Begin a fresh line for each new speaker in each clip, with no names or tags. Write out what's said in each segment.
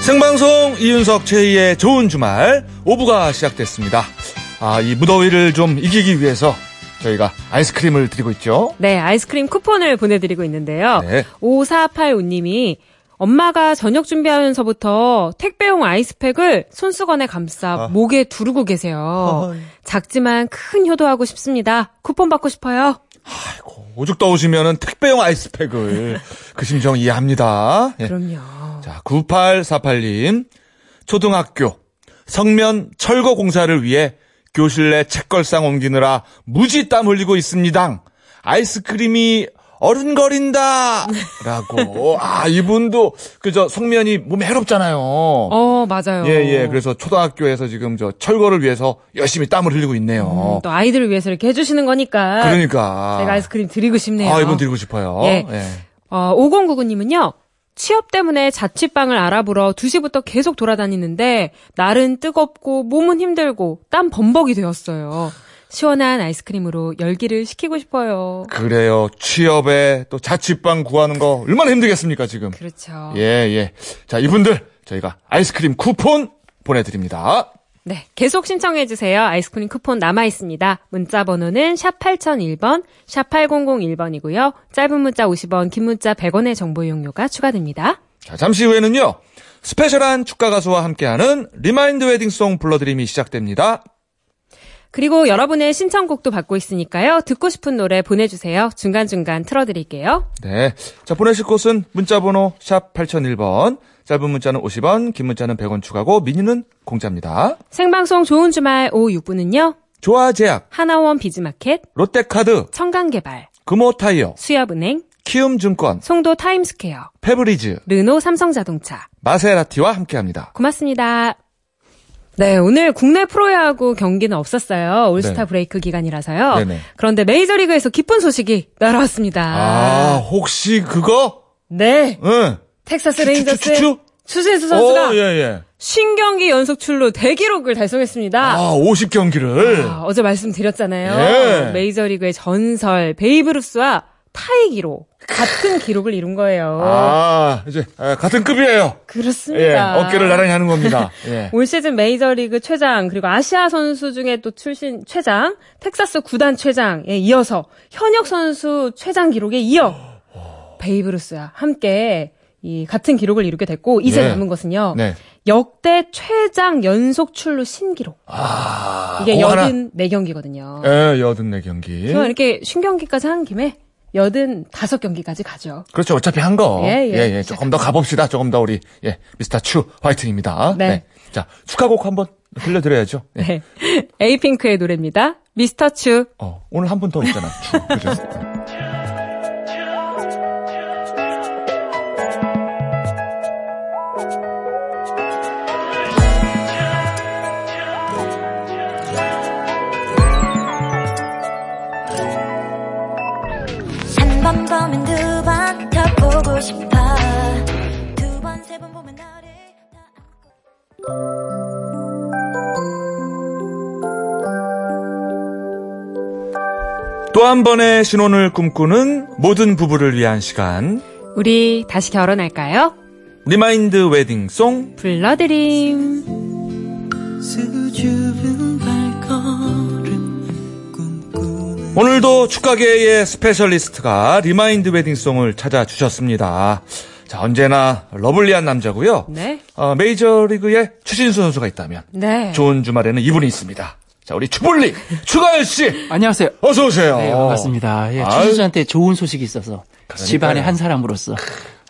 생방송 이윤석 최희의 좋은 주말 오부가 시작됐습니다. 아, 이 무더위를 좀 이기기 위해서 저희가 아이스크림을 드리고 있죠.
네, 아이스크림 쿠폰을 보내드리고 있는데요.
네.
5485님이 엄마가 저녁 준비하면서부터 택배용 아이스팩을 손수건에 감싸
아.
목에 두르고 계세요.
어허이.
작지만 큰 효도하고 싶습니다. 쿠폰 받고 싶어요.
오죽 더우시면은 택배용 아이스팩을 그 심정 이해합니다. 예.
그럼요.
자, 9848님. 초등학교 성면 철거 공사를 위해 교실 내 책걸상 옮기느라 무지 땀 흘리고 있습니다. 아이스크림이 어른거린다! 라고. 아, 이분도, 그저 성면이 몸에 해롭잖아요.
어, 맞아요.
예, 예. 그래서 초등학교에서 지금 저 철거를 위해서 열심히 땀을 흘리고 있네요.
음, 또 아이들을 위해서 이렇게 해주시는 거니까.
그러니까.
제가 아이스크림 드리고 싶네요.
아, 이분 드리고 싶어요.
예.
예.
어, 5099님은요. 취업 때문에 자취방을 알아보러 2시부터 계속 돌아다니는데 날은 뜨겁고 몸은 힘들고 땀 범벅이 되었어요. 시원한 아이스크림으로 열기를 식히고 싶어요.
그래요. 취업에 또 자취방 구하는 거 얼마나 힘들겠습니까, 지금.
그렇죠.
예, 예. 자, 이분들 저희가 아이스크림 쿠폰 보내드립니다.
네, 계속 신청해 주세요. 아이스크림 쿠폰 남아 있습니다. 문자 번호는 샵 8001번, 샵 8001번이고요. 짧은 문자 50원, 긴 문자 100원의 정보 이용료가 추가됩니다.
자, 잠시 후에는요. 스페셜한 축가 가수와 함께하는 리마인드 웨딩송 불러드림이 시작됩니다.
그리고 여러분의 신청곡도 받고 있으니까요. 듣고 싶은 노래 보내주세요. 중간중간 틀어드릴게요.
네. 자, 보내실 곳은 문자번호 샵 8001번. 짧은 문자는 50원, 긴 문자는 100원 추가고 미니는 공짜입니다.
생방송 좋은 주말 오후 6분은요.
조화제약,
하나원 비즈마켓,
롯데카드,
청강개발,
금호타이어,
수협은행,
키움증권,
송도 타임스퀘어,
페브리즈,
르노 삼성자동차.
마세라티와 함께합니다.
고맙습니다. 네, 오늘 국내 프로야구 경기는 없었어요. 올스타
네.
브레이크 기간이라서요.
네네.
그런데 메이저리그에서 기쁜 소식이 날아왔습니다.
아, 혹시 그거?
네,
응. 추,
텍사스
추, 추,
레인저스
추?
추신수 그 선수가
오, 예, 예.
신경기 연속 출루 대기록을 달성했습니다.
아, 50경기를.
아, 어제 말씀드렸잖아요.
네. 예.
메이저리그의 전설 베이브루스와 타이 기록 같은 기록을 이룬 거예요.
아, 이제 아, 같은 급이에요. 예,
그렇습니다.
어깨를 나란히 하는 겁니다. 예.
올 시즌 메이저리그 최장 그리고 아시아 선수 중에 또 출신 최장 텍사스 구단 최장에 이어서 현역 선수 최장 기록에 이어 베이브루스와 함께 이 같은 기록을 이루게 됐고 이제
네.
남은 것은요
네.
역대 최장 연속 출루 신기록
아,
이게
그거 하나.
여든 그렇죠. 네 경기거든요.
예, 여든 네 경기.
그럼 이렇게 신경기까지 한 김에 여든 다섯 경기까지 가죠.
그렇죠. 어차피 한 거.
예, 예.
조금 더 가봅시다. 조금 더 우리, 예, 미스터 추 화이팅입니다.
네.
자, 축하곡 한번 들려드려야죠. 예.
네, 에이핑크의 노래입니다. 미스터 추.
어, 오늘 한 분 더 있잖아. 추. 그죠? 예.
한 번 보면 두 번 더 보고 싶어 두 번 세 번 보면 너를 더 안고
또 한 번의 신혼을 꿈꾸는 모든 부부를 위한 시간.
우리 다시 결혼할까요?
리마인드 웨딩송.
불러드림.
수줍은 발걸음 꿈꾸는
오늘도 축가계의 스페셜리스트가 리마인드 웨딩송을 찾아주셨습니다. 자, 언제나 러블리한 남자고요.
네.
어, 메이저리그에 추신수 선수가 있다면
네.
좋은 주말에는 이분이 있습니다. 자, 우리 추볼리 추가열 씨
안녕하세요.
어서 오세요.
네, 반갑습니다. 예,
아유.
추수자한테 좋은 소식이 있어서 집안의 한 사람으로서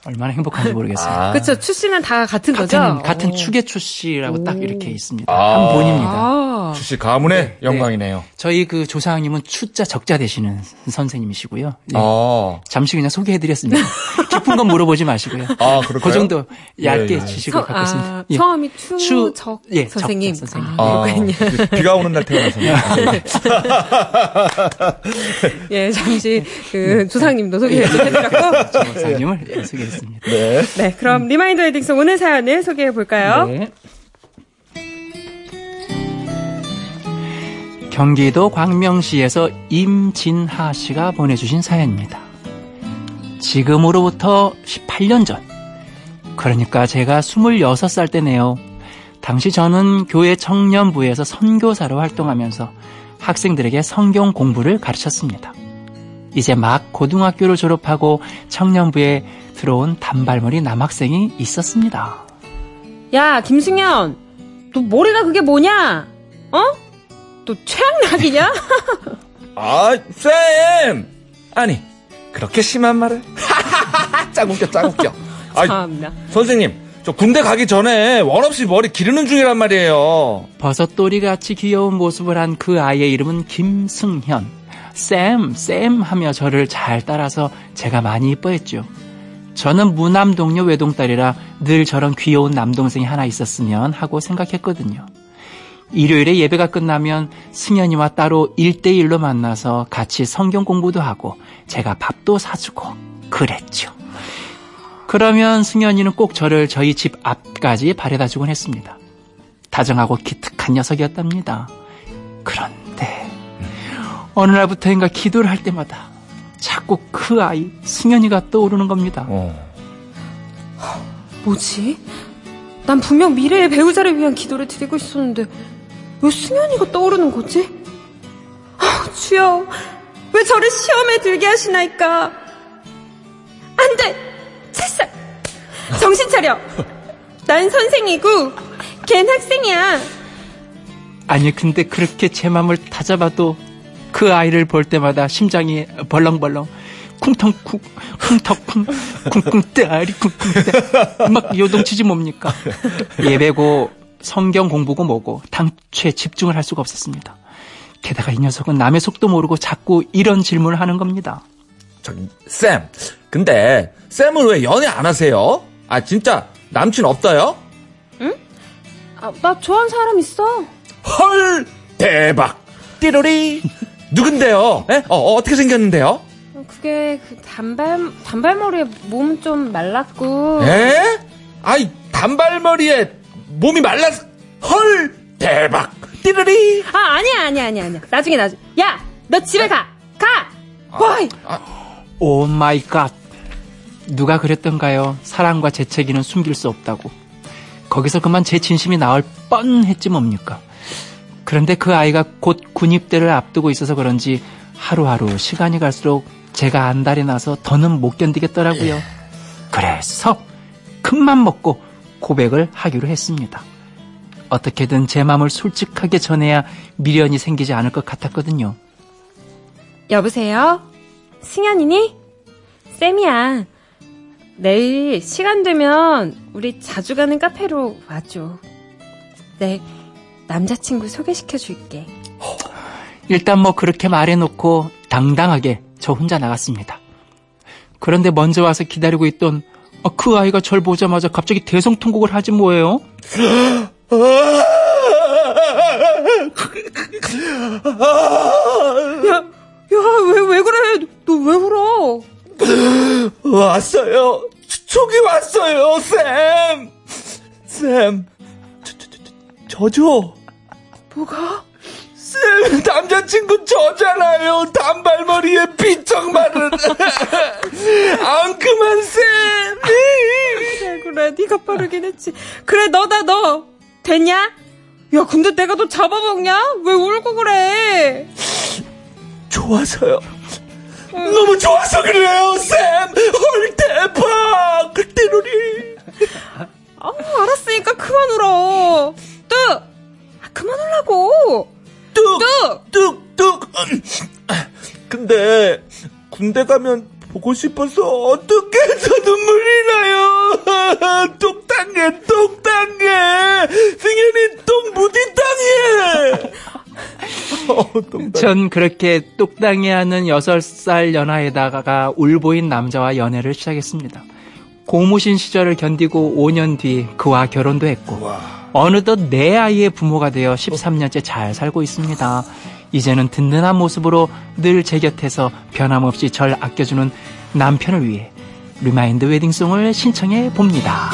얼마나 행복한지 모르겠어요.
아.
그쵸. 출신은 다 같은,
아. 같은
거죠? 어.
같은
오.
축의 추씨라고 딱 이렇게 있습니다.
아.
한 본입니다.
아.
추씨 가문의 영광이네요.
저희 그 조상님은 추자 적자 되시는 선생님이시고요.
네.
예,
아,
잠시 그냥 소개해드렸습니다. 깊은 건 물어보지 마시고요.
아, 그럴까요?
그 정도 얇게
예, 예.
지식을
성,
갖고 있습니다.
아,
예.
성함이
추-
추적
예,
선생님.
적적 선생님.
아,
아,
그렇군요.
비가 오는 날 태어나서.
예, 잠시 그 조상님도
예.
소개해드렸고.
조상님을 예, 소개했습니다.
네, 그럼 리마인드 웨딩송 오늘 사연을 소개해볼까요?
네. 경기도 광명시에서 임진하 씨가 보내주신 사연입니다. 지금으로부터 18년 전 그러니까 제가 26살 때네요. 당시 저는 교회 청년부에서 선교사로 활동하면서 학생들에게 성경 공부를 가르쳤습니다. 이제 막 고등학교를 졸업하고 청년부에 들어온 단발머리 남학생이 있었습니다.
야, 김승현, 너 머리가 그게 뭐냐? 어? 너 최악락이냐?
아, 쌤! 아니, 그렇게 심한 말을? 짱 웃겨, 짱 웃겨. 아,
참나.
선생님, 저 군대 가기 전에 원 없이 머리 기르는 중이란 말이에요.
버섯돌이 같이 귀여운 모습을 한 그 아이의 이름은 김승현. 쌤, 쌤 하며 저를 잘 따라서 제가 많이 이뻐했죠. 저는 무남동녀 외동딸이라 늘 저런 귀여운 남동생이 하나 있었으면 하고 생각했거든요. 일요일에 예배가 끝나면 승현이와 따로 일대일로 만나서 같이 성경 공부도 하고 제가 밥도 사주고 그랬죠. 그러면 승현이는 꼭 저를 저희 집 앞까지 바래다 주곤 했습니다. 다정하고 기특한 녀석이었답니다. 그런데 어느 날부터인가 기도를 할 때마다 자꾸 그 아이 승현이가 떠오르는 겁니다.
어.
뭐지? 난 분명 미래의 배우자를 위한 기도를 드리고 있었는데 왜 승현이가 떠오르는 거지? 아, 주여, 왜 저를 시험에 들게 하시나이까? 안 돼! 찰싹! 정신 차려! 난 선생이고 걘 학생이야.
아니 근데 그렇게 제 맘을 다잡아도 그 아이를 볼 때마다 심장이 벌렁벌렁 쿵텅쿵 쿵텅쿵 쿵쿵떼아리 쿵쿵떼 막 요동치지 뭡니까 예배고 성경 공부고 뭐고 당최 집중을 할 수가 없었습니다 게다가 이 녀석은 남의 속도 모르고 자꾸 이런 질문을 하는 겁니다
저기, 쌤. 근데, 쌤은 왜 연애 안 하세요? 아, 진짜, 남친 없어요?
아, 나 좋아하는 사람 있어.
헐! 대박! 띠로리! 누군데요? 에? 어, 어, 어떻게 생겼는데요?
그게 그 단발 단발머리에 몸 좀 말랐고
에? 예? 아이, 단발머리에 몸이 말랐, 헐! 대박! 띠르리!
아 아니야 아니야 아니야 아니야 나중에 나중에 야 너 집에 가 가! 와이
오 마이 갓. Oh 누가 그랬던가요? 사랑과 재채기는 숨길 수 없다고. 거기서 그만 제 진심이 나올 뻔했지 뭡니까? 그런데 그 아이가 곧 군입대를 앞두고 있어서 그런지 하루하루 시간이 갈수록 제가 안달이 나서 더는 못 견디겠더라고요. 그래서 큰맘 먹고 고백을 하기로 했습니다. 어떻게든 제 마음을 솔직하게 전해야 미련이 생기지 않을 것 같았거든요.
여보세요 승현이니 쌤이야 내일 시간 되면 우리 자주 가는 카페로 와줘 내 남자친구 소개시켜 줄게
일단 뭐 그렇게 말해놓고 당당하게 저 혼자 나갔습니다. 그런데 먼저 와서 기다리고 있던 어, 그 아이가 절 보자마자 갑자기 대성통곡을 하지 뭐예요?
아! 아!
야야 왜 왜 그래 너 왜 울어
왔어요! 촉이 왔어요, 쌤! 쌤, 저, 저, 저, 저, 죠
뭐가
쌤, 남자친구 저잖아요! 단발머리에 삐쩍마른! 안 그만, 쌤!
그래 그래 네가 빠르긴 했지 그래 너다 너 됐냐? 야 근데 내가 너 잡아먹냐? 왜 울고 그래
좋아서요. 너무 좋아서 그래요, 쌤! 헐, 대박! 그때로리!
아 알았으니까 그만 울어 뚝! 아, 그만 울라고
뚝!
뚝!
뚝! 뚝! 근데, 군대 가면 보고 싶어서 어떻게 해서 눈물이 나요! 똑당해, 똑당해! 승현이 똥 어, 무디 땅에!
전 그렇게 똑당해 하는 6살 연하에다가 울보인 남자와 연애를 시작했습니다. 고무신 시절을 견디고 5년 뒤 그와 결혼도 했고 어느덧 내 아이의 부모가 되어 13년째 잘 살고 있습니다. 이제는 든든한 모습으로 늘 제 곁에서 변함없이 절 아껴주는 남편을 위해 리마인드 웨딩송을 신청해 봅니다.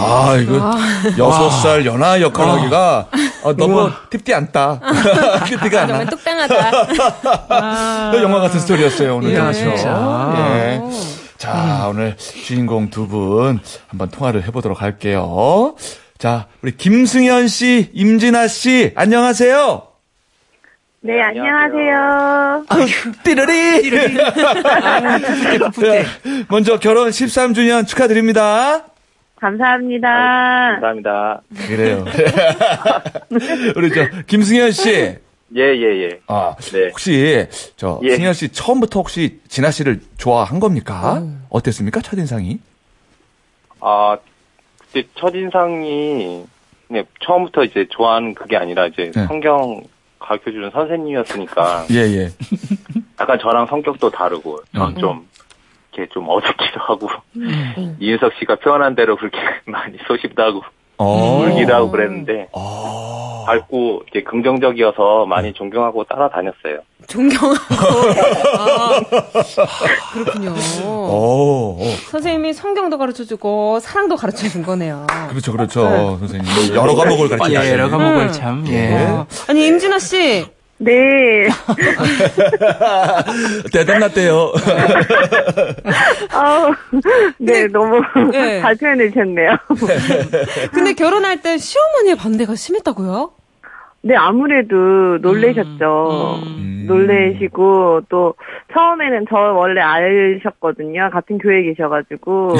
아, 이거, 여섯 살 연하 역할 하기가, 아, 너무 팁띠 않다. 팁띠가
아, 정말 똑당하다
아. 영화 같은 스토리였어요, 오늘.
이야,
그렇죠.
진짜.
예. 자, 오늘 주인공 두 분 한번 통화를 해보도록 할게요. 자, 우리 김승현 씨, 임진아 씨, 안녕하세요.
네, 안녕하세요.
띠르리! 네, 먼저 결혼 13주년 축하드립니다.
감사합니다.
감사합니다.
그래요. 우리 저, 김승현 씨.
예, 예, 예.
아,
네.
혹시, 저,
예.
승현 씨 처음부터 혹시 진아 씨를 좋아한 겁니까? 어땠습니까? 첫인상이?
아, 그때 첫인상이, 네, 처음부터 이제 좋아하는 그게 아니라 이제
네.
성경 가르쳐주는 선생님이었으니까
예, 예.
약간 저랑 성격도 다르고,
어.
좀, 이렇게 좀 어둡기도 하고, 이윤석 씨가 표현한 대로 그렇게 많이 소심도 하고,
어.
울기도 하고 그랬는데,
어.
밝고, 이제 긍정적이어서 많이 존경하고 따라다녔어요.
존경하고. 아, 그렇군요.
어. 어.
선생님이 성경도 가르쳐주고 사랑도 가르쳐준 거네요.
그렇죠, 그렇죠. 선생님. 여러 과목을
예,
가르치다.
여러 과목을
음.
참, 예.
아니 임진아 씨
네.
대단났대요.
아우, 네, 너무
네.
잘 표현해 주셨네요.
근데 결혼할 때 시어머니의 반대가 심했다고요?
네, 아무래도 놀래셨죠.
음.
놀래시고, 또, 처음에는 저 원래 알셨거든요. 같은 교회에 계셔가지고.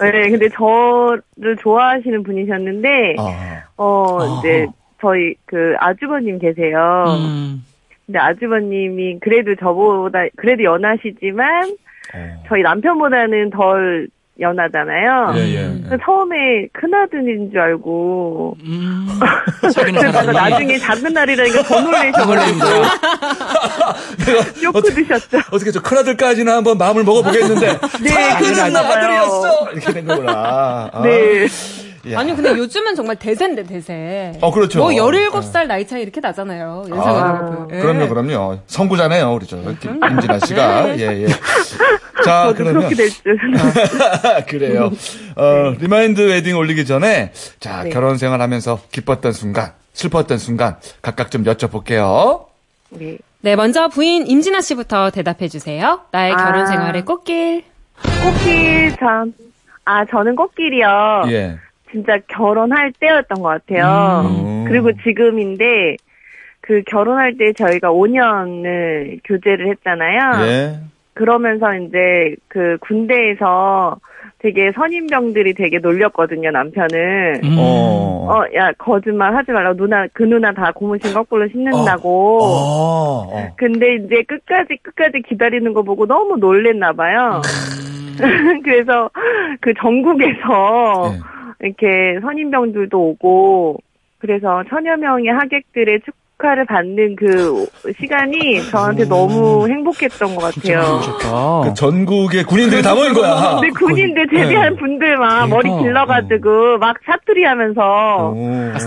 네, 근데 저를 좋아하시는 분이셨는데,
아.
어, 이제, 저희 그 아주버님 계세요.
음.
근데 아주버님이 그래도 저보다, 그래도 연하시지만,
어.
저희 남편보다는 덜 연하잖아요.
예, 예.
그래서 처음에 큰아들인 줄 알고.
음.
네.
음. 사귀는
그러다가
사람이
나중에 작은 날이라니까 더
음. 어,
놀래셔가지고 쇼크 드셨죠.
어떻게 저 큰아들까지는 한번 마음을 먹어보겠는데.
네,
큰아들은
그랬나 봐요.
아들이었어! 이렇게 된 거구나. 아.
네.
야.
아니 근데 요즘은 정말 대세인데 대세.
어, 그렇죠.
뭐 17살 나이 차이 이렇게 나잖아요. 연상하고. 예.
그럼요, 그럼요. 선구자네요, 우리 저 김진아 씨가. 예, 예. 자,
저도
아, 그러면 아.
그렇게 될 줄.
그래요. 어, 리마인드 웨딩 올리기 전에 자
네.
결혼 생활하면서 기뻤던 순간, 슬펐던 순간 각각 좀 여쭤볼게요.
네.
네, 먼저 부인 임진아 씨부터 대답해 주세요. 나의
아.
결혼 생활의 꽃길.
꽃길 참. 아, 저는 꽃길이요.
예.
진짜 결혼할 때였던 것 같아요.
음.
그리고 지금인데, 그 결혼할 때 저희가 5년을 교제를 했잖아요.
예.
그러면서 이제 그 군대에서 되게 선임병들이 되게 놀렸거든요, 남편을.
음.
어.
어, 야, 거짓말 하지 말라고. 누나, 그 누나 다 고무신 거꾸로 신는다고.
아, 어, 어.
근데 이제 끝까지, 끝까지 기다리는 거 보고 너무 놀랬나
음.
봐요. 그래서 그 전국에서
예.
이렇게 선임병들도 오고, 그래서 천여 명의 하객들의 축하를 받는 그 시간이 저한테 너무 행복했던 것 같아요.
그
좋다.
전국의 군인들이 다 모인 거야.
근데 군인들 제대한 분들만 머리
대박.
길러가지고 막 사투리 하면서
오.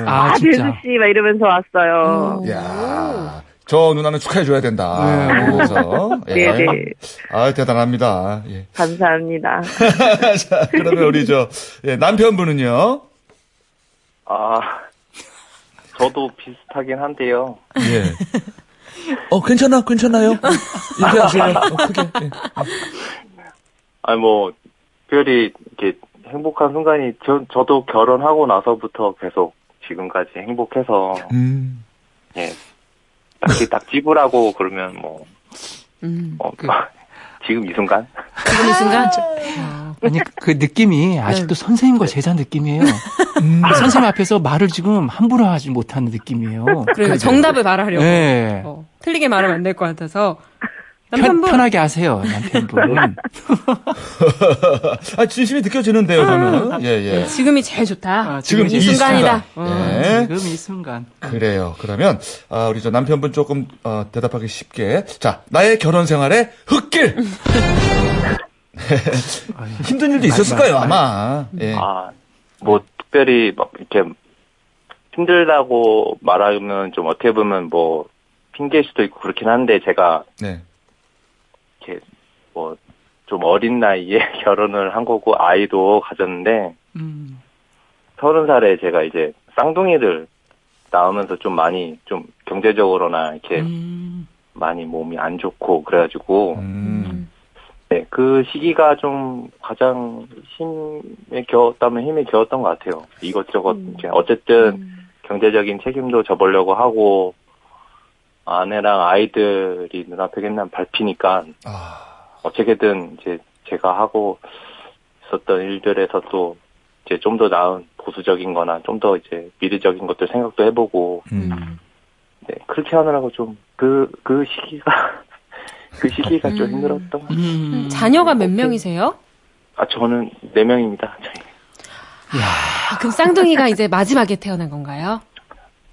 아,
아 재수
진짜.
씨 막 이러면서 왔어요.
음.
오.
야. 저 누나는 축하해줘야 된다.
네.
그래서. 예.
네네
아, 대단합니다. 예.
감사합니다.
자, 그러면 우리 저, 예, 남편분은요?
아, 저도 비슷하긴 한데요.
예. 어, 괜찮아, 괜찮아요. 얘기하세요. 어, 크게. 예.
아니 뭐 특별히 이렇게 행복한 순간이 저, 저도 결혼하고 나서부터 계속 지금까지 행복해서
음.
예 딱히 딱 찝으라고 그러면 뭐
음.
어, 지금 이 순간
지금 이 순간
아니, 그
네.
느낌이 아직도 선생님과 제자 느낌이에요. 그
음.
선생님 앞에서 말을 지금 함부로 하지 못하는 느낌이에요.
그리고 정답을 말하려고.
네.
예.
어, 틀리게 말하면 안 될 것 같아서
편,
남편분 네.
편하게 하세요, 남편분.
아, 진심이 느껴지는데요, 저는. 예, 예.
네. 지금이 제일 좋다.
아,
지금 이
아. 순간이다. 음.
예.
음. 지금 이 순간.
그래요. 그러면, 아, 우리 저 남편분 조금, 어, 대답하기 쉽게. 자, 나의 결혼 생활의 흙길! 힘든 일도 있었을 거예요, 아마. 예.
아 뭐 특별히 막 이렇게 힘들다고 말하면 좀 어떻게 보면 뭐 핑계일 수도 있고 그렇긴 한데 제가
네.
이렇게 뭐 좀 어린 나이에 결혼을 한 거고 아이도 가졌는데
음.
서른 살에 제가 이제 쌍둥이를 낳으면서 좀 많이 좀 경제적으로나 이렇게
음.
음.
많이 몸이 안 좋고 그래가지고
음.
네, 그 시기가 좀 가장 힘에 겨웠다면 힘에 겨웠던 것 같아요. 이것저것 이제 어쨌든 경제적인 책임도 져보려고 하고 아내랑 아이들이 눈앞에 맨날 밟히니까
아,
어떻게든 이제 제가 하고 있었던 일들에서 또 이제 좀 더 나은 보수적인 거나 좀 더 이제 미래적인 것들 생각도 해보고
음.
네, 그렇게 하느라고 좀 그 그 시기가 그 시기가 좀 힘들었던 것 같아요.
음.
자녀가 몇 명이세요?
아 저는 네 명입니다. 저희.
아, 그럼 쌍둥이가 이제 마지막에 태어난 건가요?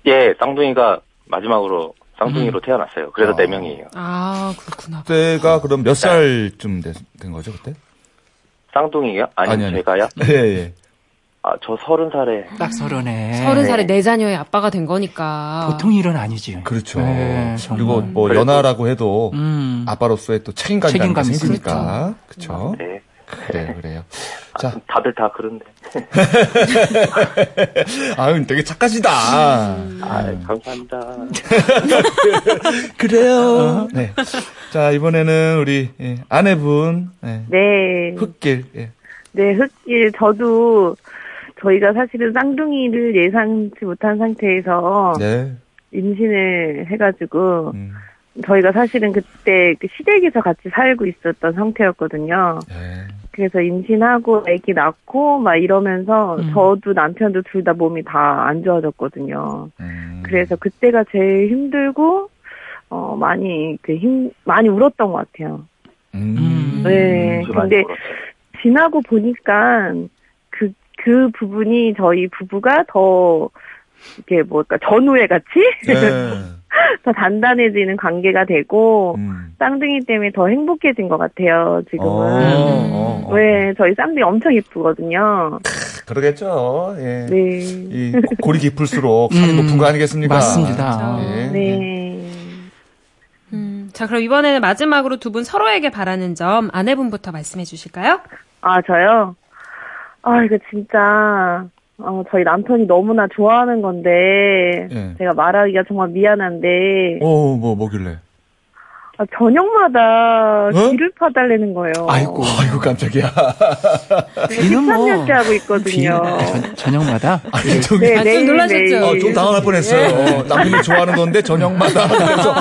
예, 쌍둥이가 마지막으로 쌍둥이로 태어났어요. 그래서 네 명이에요.
아, 그렇구나.
그때가 그럼 몇 살쯤 된, 된 거죠, 그때?
쌍둥이요? 아니,
아니, 아니.
제가요?
예, 예.
아, 저 서른 살에
딱 서른에.
서른 살에
네.
내 자녀의 아빠가 된 거니까.
보통 일은 아니지.
그렇죠.
네, 정말.
그리고 뭐
그래도-
연하라고 해도
음.
아빠로서의 또 책임감이
책임감이
생기니까. 그렇죠.
네.
그래요, 그래요. 자,
다들 다 그런데.
아유, 되게 착하시다.
아, 감사합니다.
그래요. 네. 자, 이번에는 우리 예, 아내분, 예,
네.
흙길. 예.
네, 흑길 저도 저희가 사실은 쌍둥이를 예상치 못한 상태에서
네.
임신을 해가지고
음,
저희가 사실은 그때 그 시댁에서 같이 살고 있었던 상태였거든요.
예.
그래서 임신하고 아기 낳고 막 이러면서
음.
저도 남편도 둘 다 몸이 다 안 좋아졌거든요.
음.
그래서 그때가 제일 힘들고 어 많이 그 힘 많이 울었던 것 같아요.
음.
네. 근데 지나고 보니까 그, 그 부분이 저희 부부가 더, 이렇게 뭐랄까, 전후에 같이
네.
더 단단해지는 관계가 되고,
음.
쌍둥이 때문에 더 행복해진 것 같아요,
어,
지금은.
어, 어.
네, 저희 쌍둥이 엄청 예쁘거든요.
그러겠죠. 예.
네.
이 골이 깊을수록 산이
음,
높은 거 아니겠습니까?
맞습니다.
예.
네.
음, 자, 그럼 이번에는 마지막으로 두 분 서로에게 바라는 점 아내분부터 말씀해 주실까요?
아, 저요? 아, 이거 진짜, 어, 저희 남편이 너무나 좋아하는 건데,
예.
제가 말하기가 정말 미안한데,
오, 뭐, 뭐길래.
아, 저녁마다
어?
귀를 파달래는 거예요.
아이고.
아이고, 깜짝이야.
귀는 뭐.
13년째 하고 있거든요. 네,
귀는 아, 저, 녁마다
아니, 저기.
아, 좀 놀라셨죠?
아, 좀 당황할 뻔 했어요. 어, 남편이 좋아하는 건데, 저녁마다. 그래서.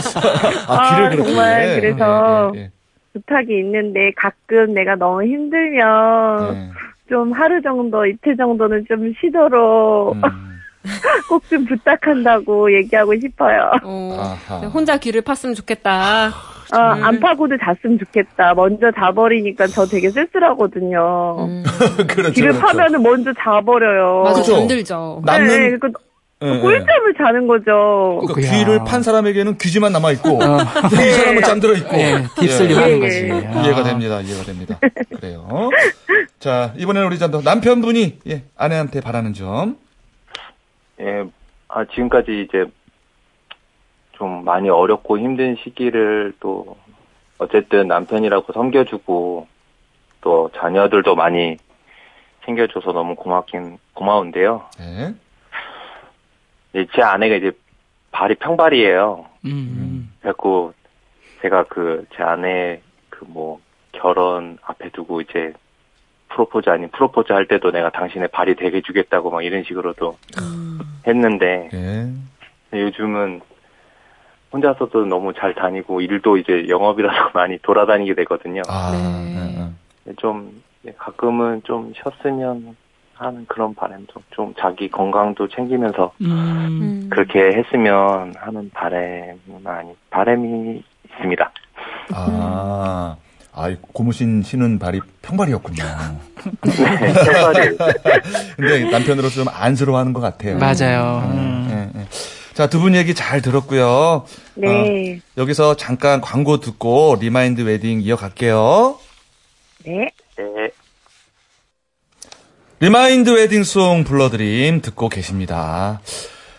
아,
아,
귀를 그렇게.
정말 그래서-
예, 예,
부탁이 있는데 가끔 내가 너무
예.
힘들면
예.
좀 하루 정도, 이틀 정도는 좀 쉬도록
음,
꼭 좀 부탁한다고 얘기하고 싶어요.
어,
아하.
혼자 귀를 팠으면 좋겠다.
어,
네.
안 파고도 잤으면 좋겠다. 먼저 자버리니까 저 되게 쓸쓸하거든요.
음,
그렇죠.
귀를
그렇죠.
파면은 먼저 자버려요.
맞아,
그죠?
잠들죠.
남는-
네, 네, 그러니까
예, 예.
꿀잠을 자는 거죠.
그러니까
그거야. 어.
귀를 판 사람에게는 귀지만 남아있고, 이 사람은 잠들어 있고.
예, 딥슬립 하는
예,
거지.
예.
아.
이해가 됩니다. 이해가 됩니다. 그래요. 자, 이번에는 우리 잔도 남편분이 예, 아내한테 바라는 점.
예, 아, 지금까지 이제 좀 많이 어렵고 힘든 시기를 또 어쨌든 남편이라고 섬겨주고 또 자녀들도 많이 챙겨줘서 너무 고맙긴 고마운데요.
예.
이제 제 아내가 이제 발이 평발이에요.
음.
그래갖고 제가 그 제 아내 그 뭐 결혼 앞에 두고 이제 프로포즈 아닌 프로포즈 할 때도 내가 당신의 발이 되게 해주겠다고 막 이런 식으로도 했는데
예.
근데 네, 요즘은 혼자서도 너무 잘 다니고 일도 이제 영업이라서 많이 돌아다니게 되거든요.
아,
네.
예, 예.
좀 네, 가끔은 좀 쉬었으면 하는 그런 바람도 좀 자기 건강도 챙기면서
음.
음.
그렇게 했으면 하는 바램은 아니 바램이 있습니다.
아, 아, 고무신 신은 발이 평발이었군요.
네, 평발이에요.
근데 남편으로서 좀 안쓰러워하는 것 같아요.
맞아요. 음.
예, 예. 자, 두 분 얘기 잘 들었고요. 어,
네.
여기서 잠깐 광고 듣고 리마인드 웨딩 이어갈게요.
네.
네.
리마인드 웨딩송 불러드림 듣고 계십니다.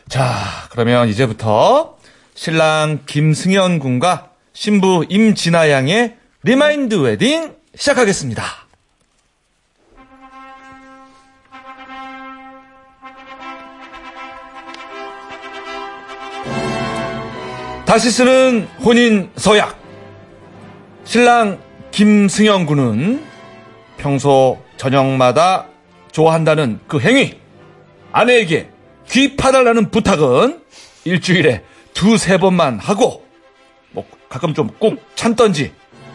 자, 그러면 이제부터 신랑 김승현 군과 신부 임진아 양의 리마인드 웨딩 시작하겠습니다. 다시 쓰는 혼인 서약. 신랑 김승영 군은 평소 저녁마다 좋아한다는 그 행위 아내에게 귀 파달라는 부탁은 일주일에 두세 번만 하고 뭐 가끔 좀 꼭 참던지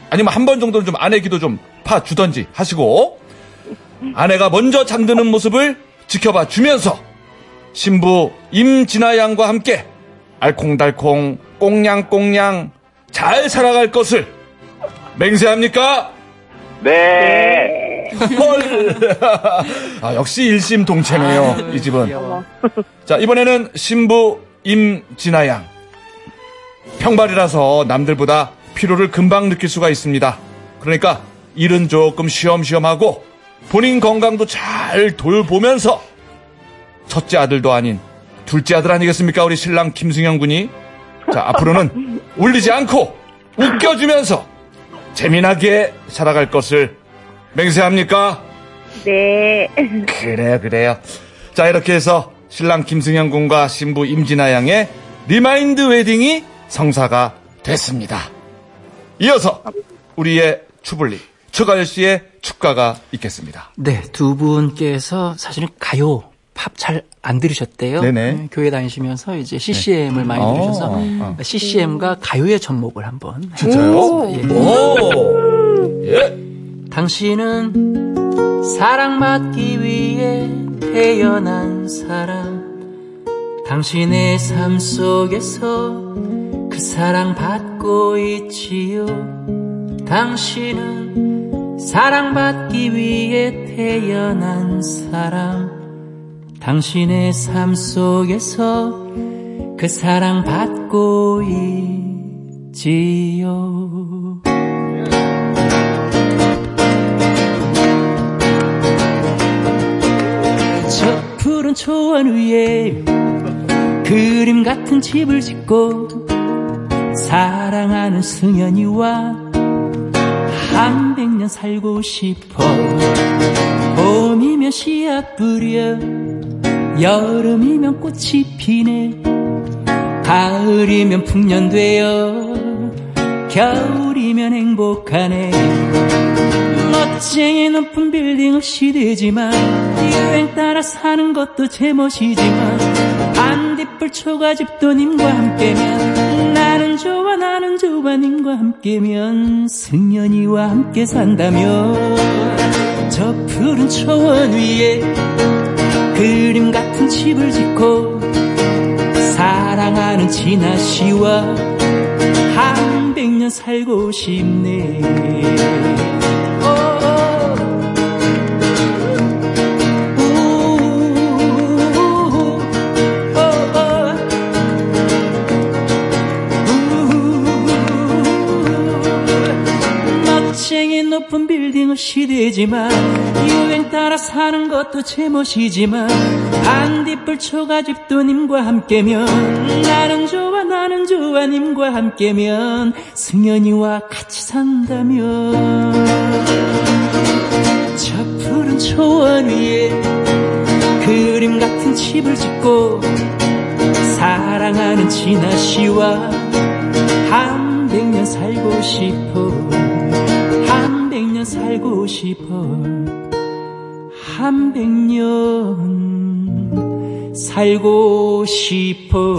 아니면 한 번 정도는 좀 아내 귀도 좀 파주던지 하시고 아내가 먼저 잠드는 모습을 지켜봐 주면서 신부 임진아 양과 함께 알콩달콩 꽁냥꽁냥 잘 살아갈 것을 맹세합니까?
네.
헐. 아, 역시 일심동체네요,
아,
이 집은. 자, 이번에는 신부 임진아 양. 평발이라서 남들보다 피로를 금방 느낄 수가 있습니다. 그러니까 일은 조금 쉬엄쉬엄하고 본인 건강도 잘 돌보면서 첫째 아들도 아닌 둘째 아들 아니겠습니까? 우리 신랑 김승현 군이. 자, 앞으로는 울리지 않고 웃겨주면서 재미나게 살아갈 것을 맹세합니까?
네.
그래요, 그래요. 자, 이렇게 해서 신랑 김승현 군과 신부 임진아 양의 리마인드 웨딩이 성사가 됐습니다. 이어서 우리의 추블리, 추가열 씨의 축가가 있겠습니다.
네, 두 분께서 사실은 가요, 팝 잘 안 들으셨대요.
네네.
음, 교회 다니시면서 이제 CCM을 많이
어,
들으셔서
어.
CCM과 가요의 접목을 한번.
진짜요?
예.
오! 예!
당신은 사랑받기 위해 태어난 사람 당신의 삶 속에서 그 사랑 받고 있지요 당신은 사랑받기 위해 태어난 사람 당신의 삶 속에서 그 사랑 받고 있지요 저 푸른 초원 위에 그림 같은 집을 짓고 사랑하는 승현이와 한 백 년 살고 싶어 봄이면 씨앗 뿌려 여름이면 꽃이 피네 가을이면 풍년되어 겨울이면 행복하네 멋쟁이 높은 빌딩 없이 되지만 유행 따라 사는 것도 제멋이지만 반딧불 초가집도 님과 함께면 나는 좋아 나는 좋아 님과 함께면 승연이와 함께 산다면 저 푸른 초원 위에 그림 같은 집을 짓고 사랑하는 진아 씨와 한 백 년 살고 싶네 멋쟁이 높은 빌딩은 시대지만 유행 따라 사는 것도 제멋이지만 반딧불 초가집도 님과 함께면 나는 좋아 나는 좋아 님과 함께면 승연이와 같이 산다면 저 푸른 초원 위에 그림 같은 집을 짓고 사랑하는 진아 씨와 한 백년 살고 싶어 한 백년 살고 싶어 한 백년 살고 싶어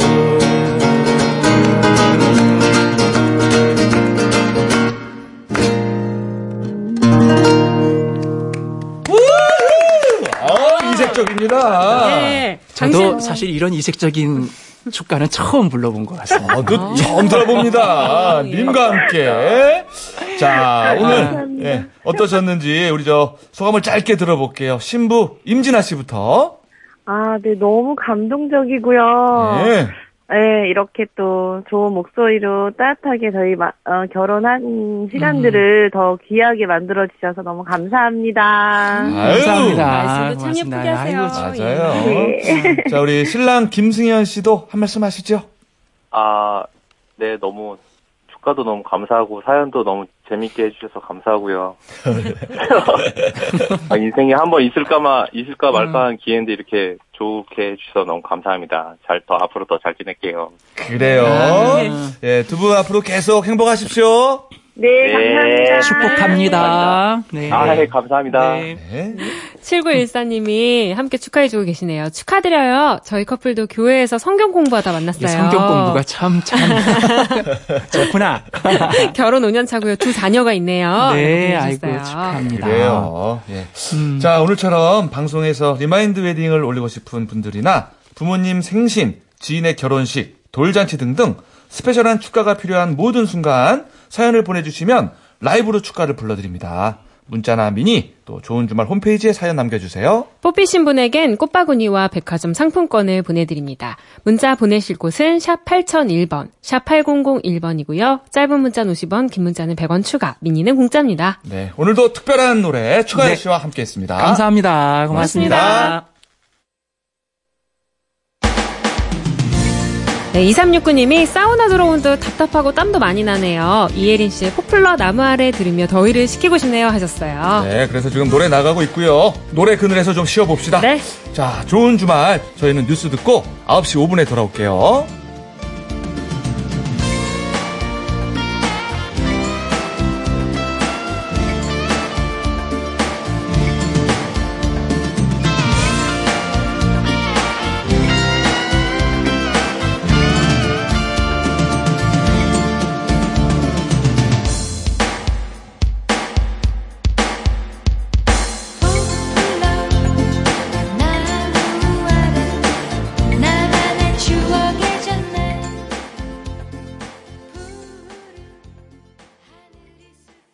아, 이색적입니다.
예.
저도
당신-
사실 이런 이색적인 축가는 처음 불러본 것 같습니다.
어, 그 처음 들어봅니다. 님과 함께. 자, 오늘 예, 어떠셨는지 우리 저 소감을 짧게 들어볼게요. 신부 임진아 씨부터.
아, 네, 너무 감동적이고요.
예.
네, 이렇게 또 좋은 목소리로 따뜻하게 저희 마- 어, 결혼한 시간들을 더 귀하게 만들어 주셔서 너무 감사합니다.
아유.
말씀도 참
고맙습니다.
예쁘게 하세요.
아이고, 참.
맞아요.
네.
자, 우리 신랑 김승현 씨도 한 말씀 하시죠.
아, 네, 너무 축가도 너무 감사하고 사연도 너무 재밌게 해주셔서 감사하고요. 아, 인생에 한번 있을까마 있을까
음.
말까한 기회인데 이렇게 좋게 해주셔서 너무 감사합니다. 잘 더 앞으로 더 잘 지낼게요.
그래요.
아,
예, 두 분 앞으로 계속 행복하십시오.
네,
네.
감사합니다.
축복합니다. 네.
아, 예, 감사합니다.
네.
네.
7914님이 함께 축하해주고 계시네요. 축하드려요. 저희 커플도 교회에서 예, 성경 공부하다
이
만났어요.
성경 공부가 참, 참. 좋구나.
결혼 5년 차고요. 두 자녀가 있네요.
네,
이렇게
아이고,
보내주셨어요.
축하합니다.
그래요. 예.
음.
자, 오늘처럼 방송에서 리마인드 웨딩을 올리고 싶은 분들이나 부모님 생신, 지인의 결혼식, 돌잔치 등등 스페셜한 축가가 필요한 모든 순간 사연을 보내주시면 라이브로 축가를 불러드립니다. 문자나 미니, 또 좋은 주말 홈페이지에 사연 남겨주세요.
뽑히신 분에겐 꽃바구니와 백화점 상품권을 보내드립니다. 문자 보내실 곳은 샵 8001번, 샵 8001번이고요. 짧은 문자는 50원, 긴 문자는 100원 추가, 미니는 공짜입니다.
네. 오늘도 특별한 노래 추가열
네.
씨와 함께 했습니다.
감사합니다. 고맙습니다.
고맙습니다.
네, 2369님이 사우나 들어온 듯 답답하고 땀도 많이 나네요. 이예린 씨의 포플러 나무 아래 들으며 더위를 식히고 싶네요 하셨어요.
네, 그래서 지금 노래 나가고 있고요. 노래 그늘에서 좀 쉬어봅시다.
네.
자, 좋은 주말. 저희는 뉴스 듣고 9시 5분에 돌아올게요.